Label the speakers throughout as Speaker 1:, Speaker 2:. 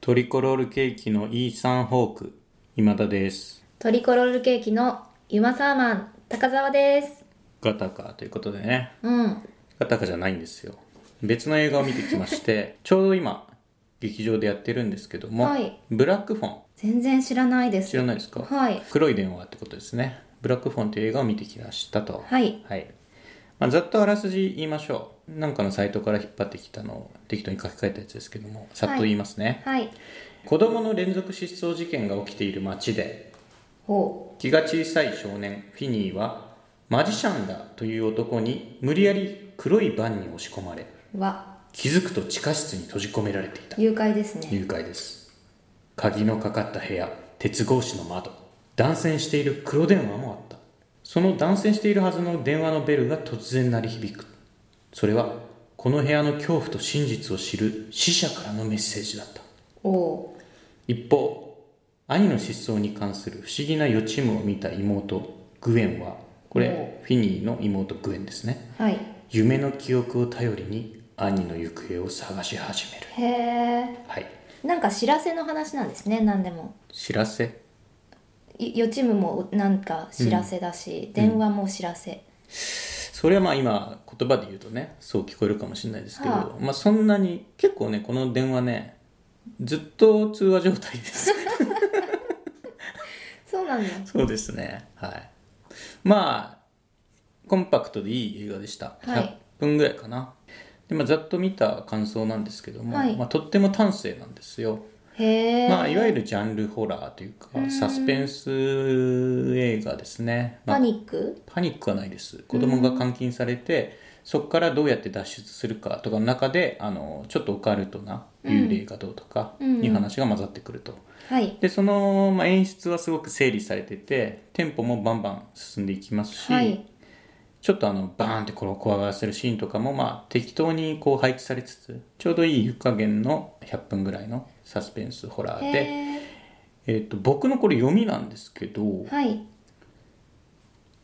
Speaker 1: トリコロールケーキのイーサン・ホーク今田です
Speaker 2: トリコロールケーキのゆまサーマン高澤です。
Speaker 1: ガタカということでね
Speaker 2: うん。
Speaker 1: ガタカじゃないんですよ別の映画を見てきまして ちょうど今劇場でやってるんですけども、
Speaker 2: はい
Speaker 1: ブラックフォン
Speaker 2: 全然知らないです。
Speaker 1: 知らないですか、
Speaker 2: はい。
Speaker 1: 黒い電話ってことですねブラックフォンという映画を見てきましたと
Speaker 2: はい。
Speaker 1: まあ、ざっとあらすじ言いましょうなんかのサイトから引っ張ってきたのを適当に書き換えたやつですけどもさっと言いますね、
Speaker 2: はい。
Speaker 1: 子供の連続失踪事件が起きている街で
Speaker 2: ほ
Speaker 1: 気が小さい少年フィニーはマジシャンだという男に無理やり黒いバンに押し込まれ
Speaker 2: う。は、
Speaker 1: 気づくと地下室に閉じ込められていた
Speaker 2: 誘拐ですね。
Speaker 1: 誘拐です鍵のかかった部屋鉄格子の窓断線している黒電話もあったその断線しているはずの電話のベルが突然鳴り響くそれはこの部屋の恐怖と真実を知る死者からのメッセージだった
Speaker 2: おお
Speaker 1: 一方兄の失踪に関する不思議な予知夢を見た妹グエンはこれフィニーの妹グエンですね
Speaker 2: ー。はい。
Speaker 1: 夢の記憶を頼りに兄の行方を探し始める
Speaker 2: へえ。
Speaker 1: はい
Speaker 2: なんか知らせの話なんですね。何でも。
Speaker 1: 知らせ
Speaker 2: い予知夢もなんか知らせだし、電話も知らせ。
Speaker 1: それはまあ今言葉で言うとねそう聞こえるかもしれないですけど、
Speaker 2: は
Speaker 1: まあそんなに結構ねこの電話ねずっと通話状態です
Speaker 2: そうなんだ。
Speaker 1: そうですねはいまあコンパクトでいい映画でした、
Speaker 2: はい
Speaker 1: 100分ぐらいかなで、まあ、ざっと見た感想なんですけども、
Speaker 2: はい
Speaker 1: まあ、とっても端正なんですよ、
Speaker 2: へえ。
Speaker 1: まあ、いわゆるジャンルホラーというかサスペンス映画ですね、まあ
Speaker 2: パニック。
Speaker 1: パニックはないです子供が監禁されて、そこからどうやって脱出するかとかの中であのちょっとオカルトな幽霊がどうとか
Speaker 2: うん
Speaker 1: いう話が混ざってくると、
Speaker 2: はい。
Speaker 1: でその、まあ、演出はすごく整理されててテンポもバンバン進んでいきますし、
Speaker 2: はい。
Speaker 1: ちょっとあのバーンってこれを怖がらせるシーンとかも、まあ、適当にこう配置されつつちょうどいい湯加減の100分ぐらいのサスペンスホラーで、
Speaker 2: へ
Speaker 1: えっと僕のこれ読みなんですけど、
Speaker 2: え。はい。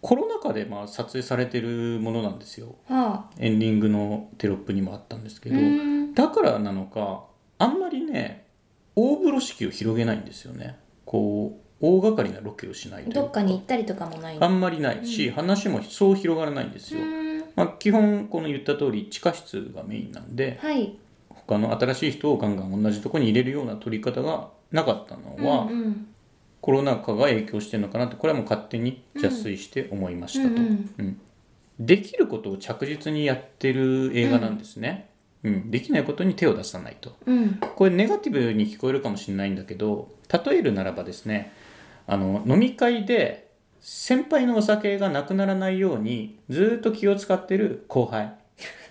Speaker 1: コロナ禍でまあ撮影されてるものなんですよ。
Speaker 2: はあ。
Speaker 1: エンディングのテロップにもあったんですけ
Speaker 2: う
Speaker 1: ど、
Speaker 2: ーん。
Speaker 1: だからなのかあんまりね大風呂敷を広げないんですよねこう大掛かりなロケをしないとい
Speaker 2: どっ
Speaker 1: う
Speaker 2: かに行ったりとかもない
Speaker 1: あ
Speaker 2: の。
Speaker 1: んまりないし、話もそう広がらないんです
Speaker 2: う
Speaker 1: よ、
Speaker 2: ーん。
Speaker 1: まあ、基本この言った通り地下室がメインなんで
Speaker 2: はい。
Speaker 1: 他の新しい人をガンガン同じとこに入れるような撮り方がなかったのは、
Speaker 2: うんうん
Speaker 1: コロナ禍が影響してるのかなってこれはもう勝手に邪推して思いましたと、
Speaker 2: うんうん
Speaker 1: うんできることを着実にやってる映画なんですね、うんできないことに手を出さないと
Speaker 2: うん、
Speaker 1: これネガティブに聞こえるかもしれないんだけど例えるならばですねあの飲み会で先輩のお酒がなくならないようにずーっと気を使ってる後輩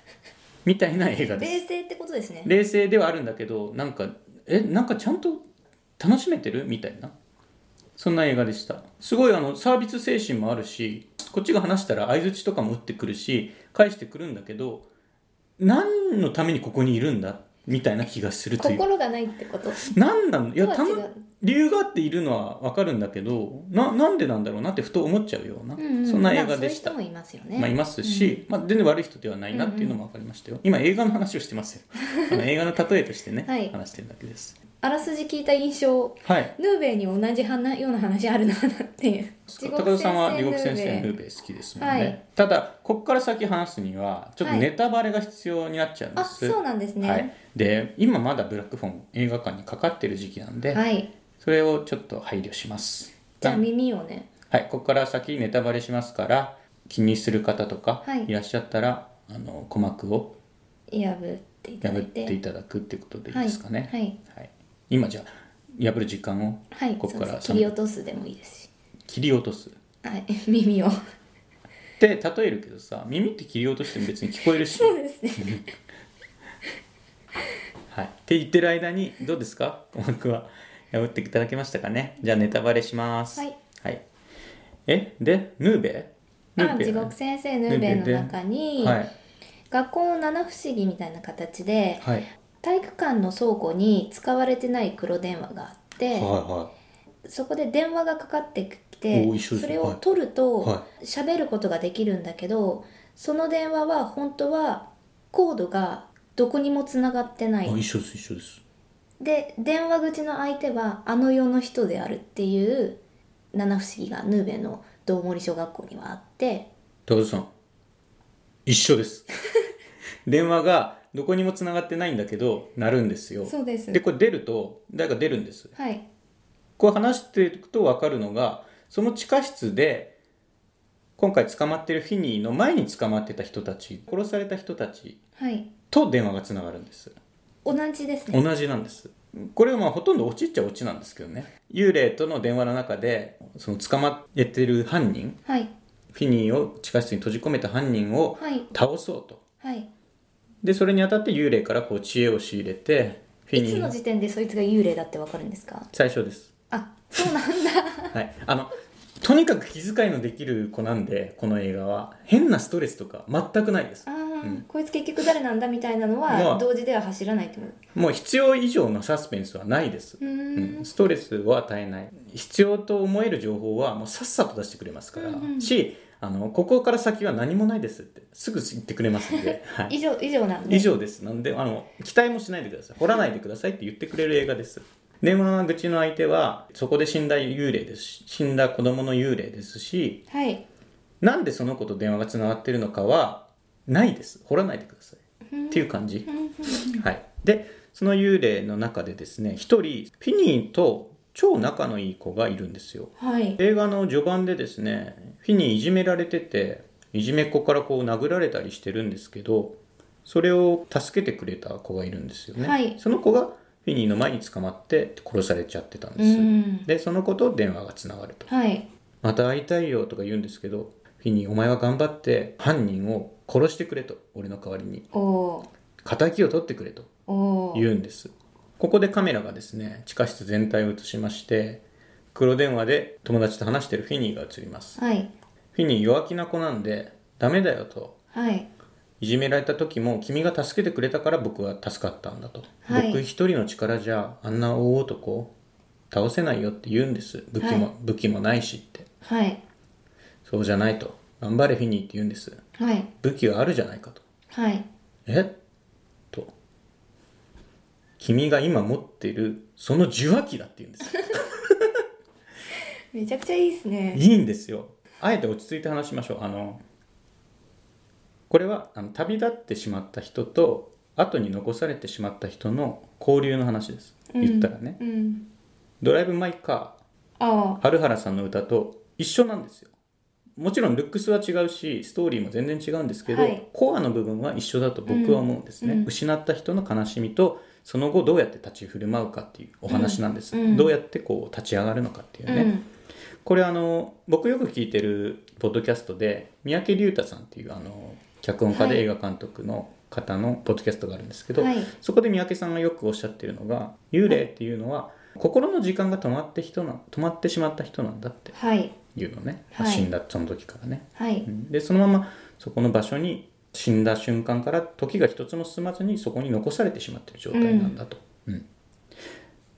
Speaker 1: みたいな映画です
Speaker 2: 冷静ってことですね
Speaker 1: 冷静ではあるんだけどなんかえなんかちゃんと楽しめてるみたいなそんな映画でしたすごいあのサービス精神もあるしこっちが話したら相づちとかも打ってくるし返してくるんだけど何のためにここにいるんだみたいな気がするという
Speaker 2: 心がないってこと
Speaker 1: 何なのいや
Speaker 2: とは
Speaker 1: た
Speaker 2: 違う
Speaker 1: ま理由があっているのは分かるんだけどななんでなんだろうなってふと思っちゃうような、
Speaker 2: うんうん
Speaker 1: そんな映画でした
Speaker 2: まあ、そういう人もいますよね、
Speaker 1: まあ、いますし、まあ、全然悪い人ではないなっていうのも分かりましたよ、今映画の話をして ますよあの映画の例えとしてね、
Speaker 2: はい
Speaker 1: 話してるだけです
Speaker 2: あらすじ聞いた印象
Speaker 1: はい
Speaker 2: ヌーベイに同じ話ような話あるなっていう
Speaker 1: 高田さんは地獄先
Speaker 2: ヌ
Speaker 1: 生
Speaker 2: ーベ
Speaker 1: ヌ
Speaker 2: イ
Speaker 1: ーベイ好きですもんね、
Speaker 2: はい
Speaker 1: ただこっから先話すにはちょっと
Speaker 2: はい
Speaker 1: ネタバレが必要になっちゃうんで
Speaker 2: あ
Speaker 1: す、
Speaker 2: そうなんですね
Speaker 1: はいで今まだブラックフォン映画館にかかってる時期なんで、
Speaker 2: はい
Speaker 1: それをちょっと配慮します
Speaker 2: じゃあ
Speaker 1: なん
Speaker 2: 耳をね
Speaker 1: はいここから先ネタバレしますから気にする方とか
Speaker 2: はい
Speaker 1: いらっしゃったら、あの鼓膜を
Speaker 2: 破っていただ
Speaker 1: 破っ
Speaker 2: いて
Speaker 1: ていただくってことでいいですかね。
Speaker 2: はいはい
Speaker 1: はい今じゃあ破る時間を
Speaker 2: はい
Speaker 1: ここから
Speaker 2: そうです切り落とすでもいいですし
Speaker 1: 切り落とす。
Speaker 2: はい 耳を
Speaker 1: で例えるけどさ耳って切り落としても別に聞こえる し、
Speaker 2: そうですね
Speaker 1: はい、って言ってる間にどうですか鼓膜は破っていただけましたかねじゃあネタバレします。
Speaker 2: はい、
Speaker 1: えでヌーベヌ
Speaker 2: あ
Speaker 1: ーベ
Speaker 2: 地獄先生ヌーベイの中に、
Speaker 1: はい
Speaker 2: 学校の七不思議みたいな形で
Speaker 1: はいはい
Speaker 2: 体育館の倉庫に使われてない黒電話があって、
Speaker 1: は
Speaker 2: そこで電話がかかってき
Speaker 1: おー一
Speaker 2: て
Speaker 1: 緒ですね
Speaker 2: それを取ると
Speaker 1: は。
Speaker 2: 喋、ることができるんだけどその電話は本当はコードがどこにもつながってない
Speaker 1: あ
Speaker 2: い
Speaker 1: 一緒です一緒です。
Speaker 2: で電話口の相手はあの世の人であるっていう七不思議がヌーベの道森小学校にはあって
Speaker 1: 高田さん一緒です 電話がどこにもつながってないんだけど鳴るんですよ
Speaker 2: そうです
Speaker 1: でこれ出ると誰か出るんです
Speaker 2: はい
Speaker 1: こう話していくと分かるのがその地下室で今回捕まってるフィニーの前に捕まってた人たち殺された人たち
Speaker 2: はい
Speaker 1: と電話がつながるんです
Speaker 2: 同じですね
Speaker 1: 同じなんですこれはまあほとんど落ちっちゃ落ちなんですけどね幽霊との電話の中でその捕まえてる犯人
Speaker 2: はい
Speaker 1: フィニーを地下室に閉じ込めた犯人を
Speaker 2: はい
Speaker 1: 倒そうと
Speaker 2: はい
Speaker 1: でそれにあたって幽霊からこう知恵を仕入れてフィ
Speaker 2: い
Speaker 1: ニ
Speaker 2: つの
Speaker 1: ー
Speaker 2: 時点でそいつが幽霊だってわかるんですか
Speaker 1: 最初です
Speaker 2: あそうなんだ
Speaker 1: はい、あのとにかく気遣いのできる子なんでこの映画は変なストレスとか全くないです
Speaker 2: あー、こいつ結局誰なんだみたいなの
Speaker 1: ま
Speaker 2: は
Speaker 1: あ
Speaker 2: 同時では走らないってこと
Speaker 1: もう必要以上のサスペンスはないです、
Speaker 2: うーん
Speaker 1: うん、ストレスを与えない必要と思える情報はもうさっさと出してくれますから、
Speaker 2: うんうん
Speaker 1: しあのここから先は何もないですってすぐ言ってくれますんで、はい、
Speaker 2: 以上以上なんで
Speaker 1: 以上ですなんであの期待もしないでください掘らないでくださいって言ってくれる映画です電話の口の相手はそこで死んだ幽霊ですし死んだ子供の幽霊ですし
Speaker 2: はい
Speaker 1: なんでその子と電話がつながってるのかはないです掘らないでくださいっていう感じ、はい、でその幽霊の中でですね一人フィニーと超仲のいい子がいるんですよ
Speaker 2: はい
Speaker 1: 映画の序盤でですねフィニーいじめられてていじめっ子からこう殴られたりしてるんですけどそれを助けてくれた子がいるんですよね、
Speaker 2: はい
Speaker 1: その子がフィニーの前に捕まって殺されちゃってたん
Speaker 2: う
Speaker 1: です、
Speaker 2: ん
Speaker 1: でその子と電話がつながると
Speaker 2: はい
Speaker 1: また会いたいよとか言うんですけどフィニーお前は頑張って犯人を殺してくれと俺の代わりに
Speaker 2: おお
Speaker 1: 敵を取ってくれと
Speaker 2: ーお
Speaker 1: 言
Speaker 2: ー
Speaker 1: うんですここでカメラがですね地下室全体を映しまして黒電話で友達と話してるフィニーが映ります
Speaker 2: はい
Speaker 1: フィニー弱気な子なんでダメだよと
Speaker 2: はい
Speaker 1: いじめられた時も君が助けてくれたから僕は助かったんだと、
Speaker 2: はい
Speaker 1: 僕一人の力じゃあんな大男倒せないよって言うんです武器も、
Speaker 2: はい
Speaker 1: 武器もないしって
Speaker 2: はい
Speaker 1: そうじゃないと頑張れフィニーって言うんです
Speaker 2: はい
Speaker 1: 武器があるじゃないかと
Speaker 2: はい
Speaker 1: えと君が今持っているその受話器だって言うんですよ
Speaker 2: めちゃくちゃいいですね
Speaker 1: いいんですよあえて落ち着いて話しましょうあのこれはあの旅立ってしまった人と後に残されてしまった人の交流の話です言ったらね、
Speaker 2: うん
Speaker 1: ドライブ・マイ・カ
Speaker 2: あ
Speaker 1: ー春原さんの歌と一緒なんですよもちろんルックスは違うしストーリーも全然違うんですけど、
Speaker 2: はい
Speaker 1: コアの部分は一緒だと僕は思うんですね、
Speaker 2: うんうん
Speaker 1: 失った人の悲しみとその後どうやって立ち振る舞うかっていうお話なんです、
Speaker 2: うんうん
Speaker 1: どうやってこう立ち上がるのかってい
Speaker 2: あ、
Speaker 1: うね、これあの僕よく聞いてるポッドキャストで三宅龍太さんっていうあの脚本家
Speaker 2: は
Speaker 1: で
Speaker 2: い
Speaker 1: 映画監督の方のポッドキャストがあるんですけ
Speaker 2: う
Speaker 1: ど、
Speaker 2: ん、はい
Speaker 1: そこで三宅さんがよくおっしゃってるのが幽霊っていうのは心の時間が止まって人な止まってしまった人なんだって
Speaker 2: はい
Speaker 1: いうのね、
Speaker 2: はい
Speaker 1: 死んだその時からね、
Speaker 2: はい
Speaker 1: うんでそのままそこの場所に死んだ瞬間から時が一つも進まずにそこに残されてしまってる状態なんだと、うん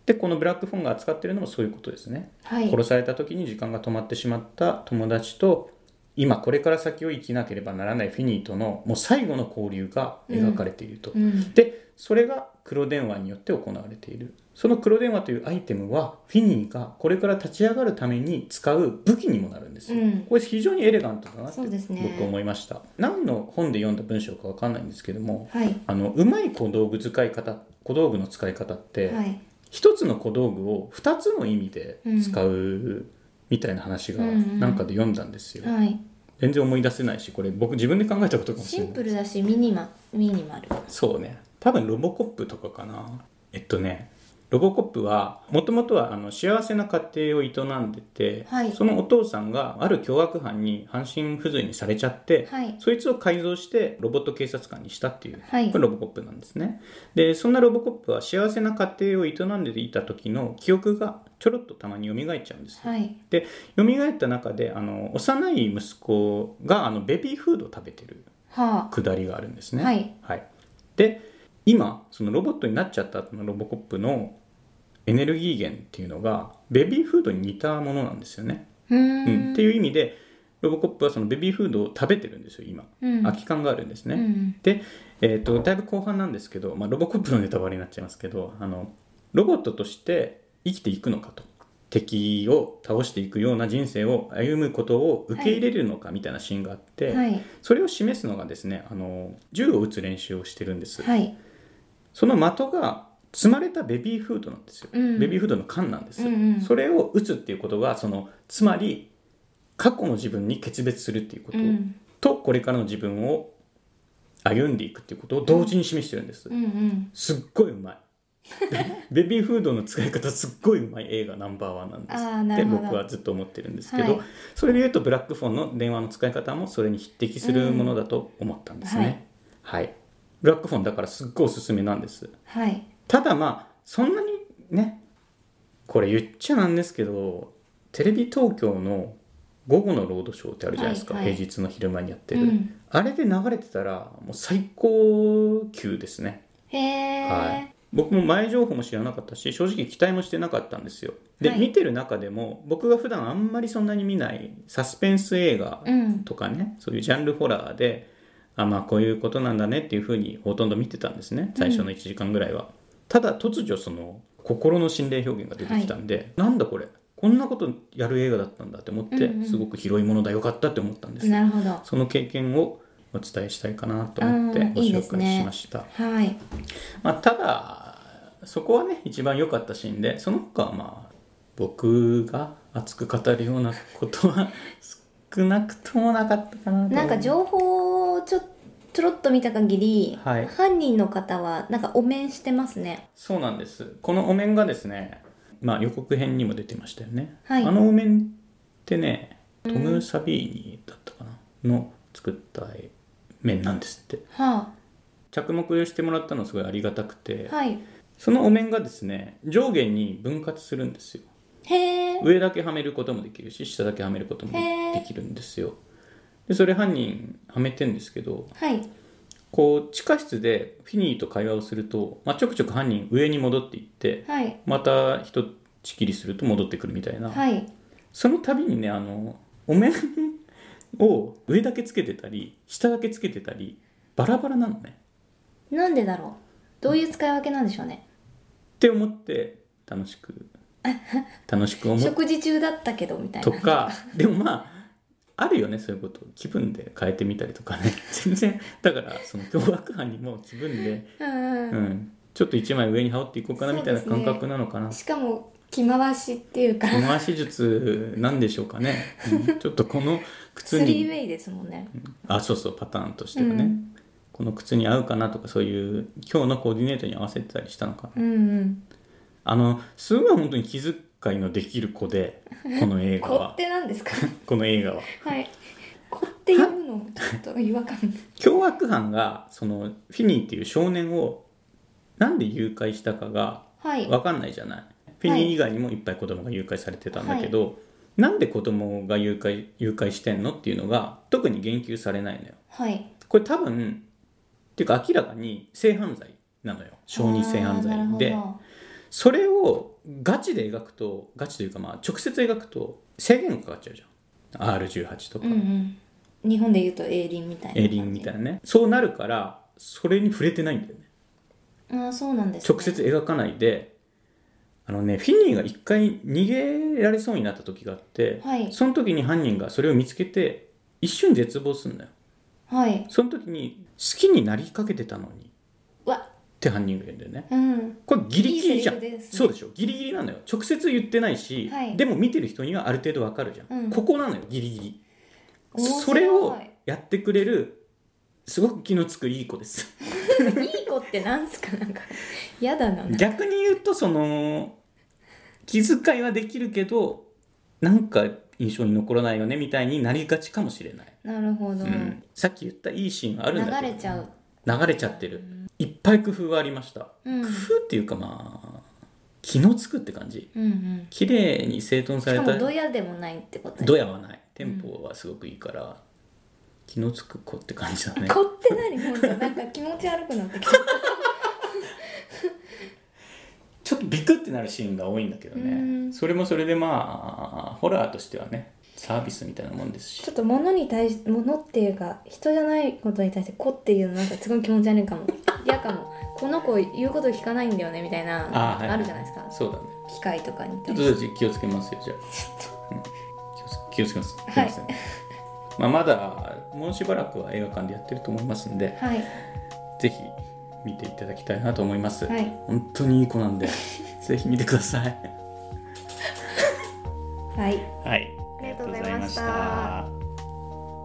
Speaker 1: でこのブラックフォンが扱ってるのもそういうことですね、
Speaker 2: はい
Speaker 1: 殺された時に時間が止まってしまった友達と今これから先を生きなければならないフィニーとのもう最後の交流が描かれていると、
Speaker 2: うん
Speaker 1: でそれが黒電話によって行われているその黒電話というアイテムはフィニーがこれから立ち上がるために使う武器にもなるんですよ、
Speaker 2: うん
Speaker 1: これ非常にエレガントだなって
Speaker 2: そうですね
Speaker 1: 僕思いました、何の本で読んだ文章かわかんないんですけども
Speaker 2: はい
Speaker 1: あのうまい小道具使い方小道具の使い方って、
Speaker 2: はい
Speaker 1: 一つの小道具を二つの意味で使うみたいな話が
Speaker 2: うんうん
Speaker 1: なんかで読んだんですよ、
Speaker 2: はい
Speaker 1: 全然思い出せないしこれ僕自分で考えたことかもし
Speaker 2: シ
Speaker 1: れ
Speaker 2: ン
Speaker 1: ない
Speaker 2: プルだしミニマミニマル
Speaker 1: そうね多分ロボコップとかかなえっとねロボコップはもともとはあの幸せな家庭を営んでて、
Speaker 2: はい
Speaker 1: そのお父さんがある凶悪犯に半身不随にされちゃって、
Speaker 2: はい
Speaker 1: そいつを改造してロボット警察官にしたっていう、
Speaker 2: はい
Speaker 1: これロボコップなんですねでそんなロボコップは幸せな家庭を営んでいた時の記憶がちょろっとたまに蘇っちゃうんですよ、
Speaker 2: はい
Speaker 1: で蘇った中であの幼い息子があのベビーフードを食べてる
Speaker 2: は
Speaker 1: くだりがあるんですね。
Speaker 2: はい
Speaker 1: で今そのロボットになっちゃった後のロボコップのエネルギー源っていうのがベビーフードに似たものなんですよね。
Speaker 2: あうーん
Speaker 1: うんっていう意味でロボコップはそのベビーフードを食べてるんですよ今、
Speaker 2: うん
Speaker 1: 空き缶があるんですね。
Speaker 2: うん
Speaker 1: で、えー、とだいぶ後半なんですけど、まあ、ロボコップのネタバレになっちゃいますけどあのロボットとして生きていくのかと敵を倒していくような人生を歩むことを受け入れるのかみたいなシーンがあって、
Speaker 2: はい
Speaker 1: それを示すのがですねあの銃を撃つ練習をしてるんです、
Speaker 2: はい
Speaker 1: その的が積まれたベビーフードなんですよ、
Speaker 2: うん
Speaker 1: ベビーフードの缶なんですよ、
Speaker 2: うんうん
Speaker 1: それを打つっていうことがそのつまり過去の自分に決別するっていうこと、
Speaker 2: うん
Speaker 1: とこれからの自分を歩んでいくっていうことを同時に示してるんです、
Speaker 2: うんうん
Speaker 1: すっごいうま いベベビーフードの使い方すっごいうまい映画ナンバーワンなんです
Speaker 2: あーな
Speaker 1: って
Speaker 2: るほど
Speaker 1: 僕はずっと思ってるんですけど、
Speaker 2: はい
Speaker 1: それで言うとブラックフォンの電話の使い方もそれに匹敵するものだと思ったんですね、はい、ブラックフォンだからすっごいおすすめなんです
Speaker 2: はい
Speaker 1: ただまあそんなにねこれ言っちゃなんですけどテレビ東京の午後のロードショーってあるじゃないですか、
Speaker 2: はいはい
Speaker 1: 平日の昼間にやって
Speaker 2: う
Speaker 1: る、
Speaker 2: ん
Speaker 1: あれで流れてたらもう最高級ですね
Speaker 2: へえ、
Speaker 1: はい、僕も前情報も知らなかったし正直期待もしてなかったんですよで、
Speaker 2: はい
Speaker 1: 見てる中でも僕が普段あんまりそんなに見ないサスペンス映画
Speaker 2: うん
Speaker 1: とかね、そういうジャンルホラーであまあこういうことなんだねっていうふうにほとんど見てたんですね最初の1時間ぐらいは、ただ突如その心の心霊表現が出てきたんで、なんだこれこんなことやる映画だったんだって思って、
Speaker 2: うんうん
Speaker 1: すごく広いものだよかったって思ったんです
Speaker 2: なるほど
Speaker 1: その経験をお伝えしたいかなと思って
Speaker 2: うん
Speaker 1: ご
Speaker 2: いいで
Speaker 1: 紹
Speaker 2: す
Speaker 1: 介
Speaker 2: ね
Speaker 1: しました、
Speaker 2: はい
Speaker 1: まあ、ただそこはね一番良かったシーンでその他はまあ僕が熱く語るようなことは少なくともなかったかなと
Speaker 2: なんか情報をちょちょろっと見た限り、
Speaker 1: はい
Speaker 2: 犯人の方はなんかお面してますね
Speaker 1: そうなんですこのお面がですね、まあ、予告編にも出てましたよね、
Speaker 2: はい
Speaker 1: あのお面ってねトム・サビーニだったかな、の作った面なんですって
Speaker 2: は
Speaker 1: 着目してもらったのすごいありがたくて、
Speaker 2: あはい
Speaker 1: そのお面がですね上下に分割するんですよ
Speaker 2: へえ
Speaker 1: 上だけはめることもできるし下だけはめることもできるんですよでそれ犯人はめてんですけど
Speaker 2: はい
Speaker 1: こう地下室でフィニーと会話をすると、まあ、ちょくちょく犯人上に戻っていって
Speaker 2: はい
Speaker 1: またひとちきりすると戻ってくるみたいな、
Speaker 2: はい
Speaker 1: その度にねあのお面を上だけつけてたり下だけつけてたりバラバラなのね
Speaker 2: なんでだろうどういう使い分けなんでしょうね
Speaker 1: って思って楽しく楽しく思っ
Speaker 2: 食事中だったけどみたいな
Speaker 1: とかでもまああるよねそういうこと気分で変えてみたりとかね 全然だからその凶悪犯にも気分で、
Speaker 2: うん
Speaker 1: う
Speaker 2: うん
Speaker 1: ん、ちょっと一枚上に羽織っていこうかなみたいな
Speaker 2: そうです
Speaker 1: 感
Speaker 2: ね
Speaker 1: 覚なのかな、
Speaker 2: しかも着回しっていうか
Speaker 1: 手回し術なんでしょうかね、うんちょっとこの靴
Speaker 2: スリー
Speaker 1: に
Speaker 2: ウェイですもんね、
Speaker 1: あそうそうパターンとしてはね、
Speaker 2: うん
Speaker 1: この靴に合うかなとかそういう今日のコーディネートに合わせてたりしたのかな
Speaker 2: うんうん
Speaker 1: あのすごい本当に気遣いのできる子でこの映画
Speaker 2: 子っ
Speaker 1: は
Speaker 2: てなんですか
Speaker 1: この映画は
Speaker 2: はい子って読むのちょっと違和感
Speaker 1: 凶悪犯がそのフィニーっていう少年をなんで誘拐したかが
Speaker 2: はい
Speaker 1: 分かんないじゃない、フィニー以外にもいっぱい子供が誘拐されてたんだけど、なんで子供が誘拐誘拐してんのっていうのが特に言及されないのよ
Speaker 2: はい
Speaker 1: これ多分っていうか明らかに性犯罪なのよ小児性犯
Speaker 2: あーなる
Speaker 1: 罪
Speaker 2: ほ
Speaker 1: で
Speaker 2: ど
Speaker 1: それをガチで描くとガチというかまあ直接描くと制限がかかっちゃうじゃん R18 とか、
Speaker 2: うんうん日本で言うとエリンみたいな
Speaker 1: エリンみたい
Speaker 2: な
Speaker 1: なねそうなるからそれに触れてないんだよね
Speaker 2: ああそうなんです、ね、
Speaker 1: 直接描かないであのねフィニーが一回逃げられそうになった時があって、
Speaker 2: はい
Speaker 1: その時に犯人がそれを見つけて一瞬絶望するんだよ
Speaker 2: はい
Speaker 1: その時に好きになりかけてたのにっ
Speaker 2: うわ
Speaker 1: て犯人が言うんだよね
Speaker 2: うん
Speaker 1: これギリギリじゃん
Speaker 2: いいセリフですね
Speaker 1: そうでしょギリギリなのよ直接言ってないし、
Speaker 2: はい
Speaker 1: でも見てる人にはある程度わかるじゃん、
Speaker 2: うん
Speaker 1: ここなのよギリギリ
Speaker 2: 面白い
Speaker 1: それをやってくれるすごく気のつくいい子です
Speaker 2: いい子ってなんすかなんか嫌だななんか
Speaker 1: 逆に言うとその気遣いはできるけどなんか印象に残らないよねみたいになりがちかもしれない、
Speaker 2: なるほど、
Speaker 1: うんさっき言ったいいシーンがあるんだけ
Speaker 2: 流
Speaker 1: ど
Speaker 2: れちゃう
Speaker 1: 流れちゃってるいっぱい工夫がありました、
Speaker 2: うん
Speaker 1: 工夫っていうかまあ気のつくって感じ
Speaker 2: うんうん
Speaker 1: 綺麗に整頓さ
Speaker 2: し
Speaker 1: れ
Speaker 2: か
Speaker 1: た
Speaker 2: もドヤでもないってことね
Speaker 1: ドヤはないテンポはすごくいいから、気のつく子って感じだね
Speaker 2: こって何もうなんか気持ち悪くなってきた
Speaker 1: ちょっとビクってなるシーンが多いんだけど
Speaker 2: う
Speaker 1: ね
Speaker 2: ん
Speaker 1: それもそれでまあホラーとしてはねサービスみたいなもんですし
Speaker 2: ちょっと物に対 し物っていうか人じゃないことに対して「こ」っていうのなんかすごい気持ち悪いかも嫌かも
Speaker 3: この子言うこと聞かないんだよねみたいな
Speaker 1: あーはい
Speaker 3: あるじゃないですか、
Speaker 1: そうだね
Speaker 3: 機械とかに
Speaker 1: ち
Speaker 3: 対
Speaker 1: ょっ
Speaker 3: して
Speaker 1: と私気をつけますよじゃあ、うん気をつ気をつけますすい
Speaker 3: はい
Speaker 1: ません、まあ、まだもうしばらくは映画館でやってると思いますんで
Speaker 3: はい
Speaker 1: ぜひ見ていただきたいなと思います、
Speaker 3: はい
Speaker 1: 本当にいい子 なんでぜひ見てください
Speaker 3: はい
Speaker 1: はい
Speaker 3: ありがとうございました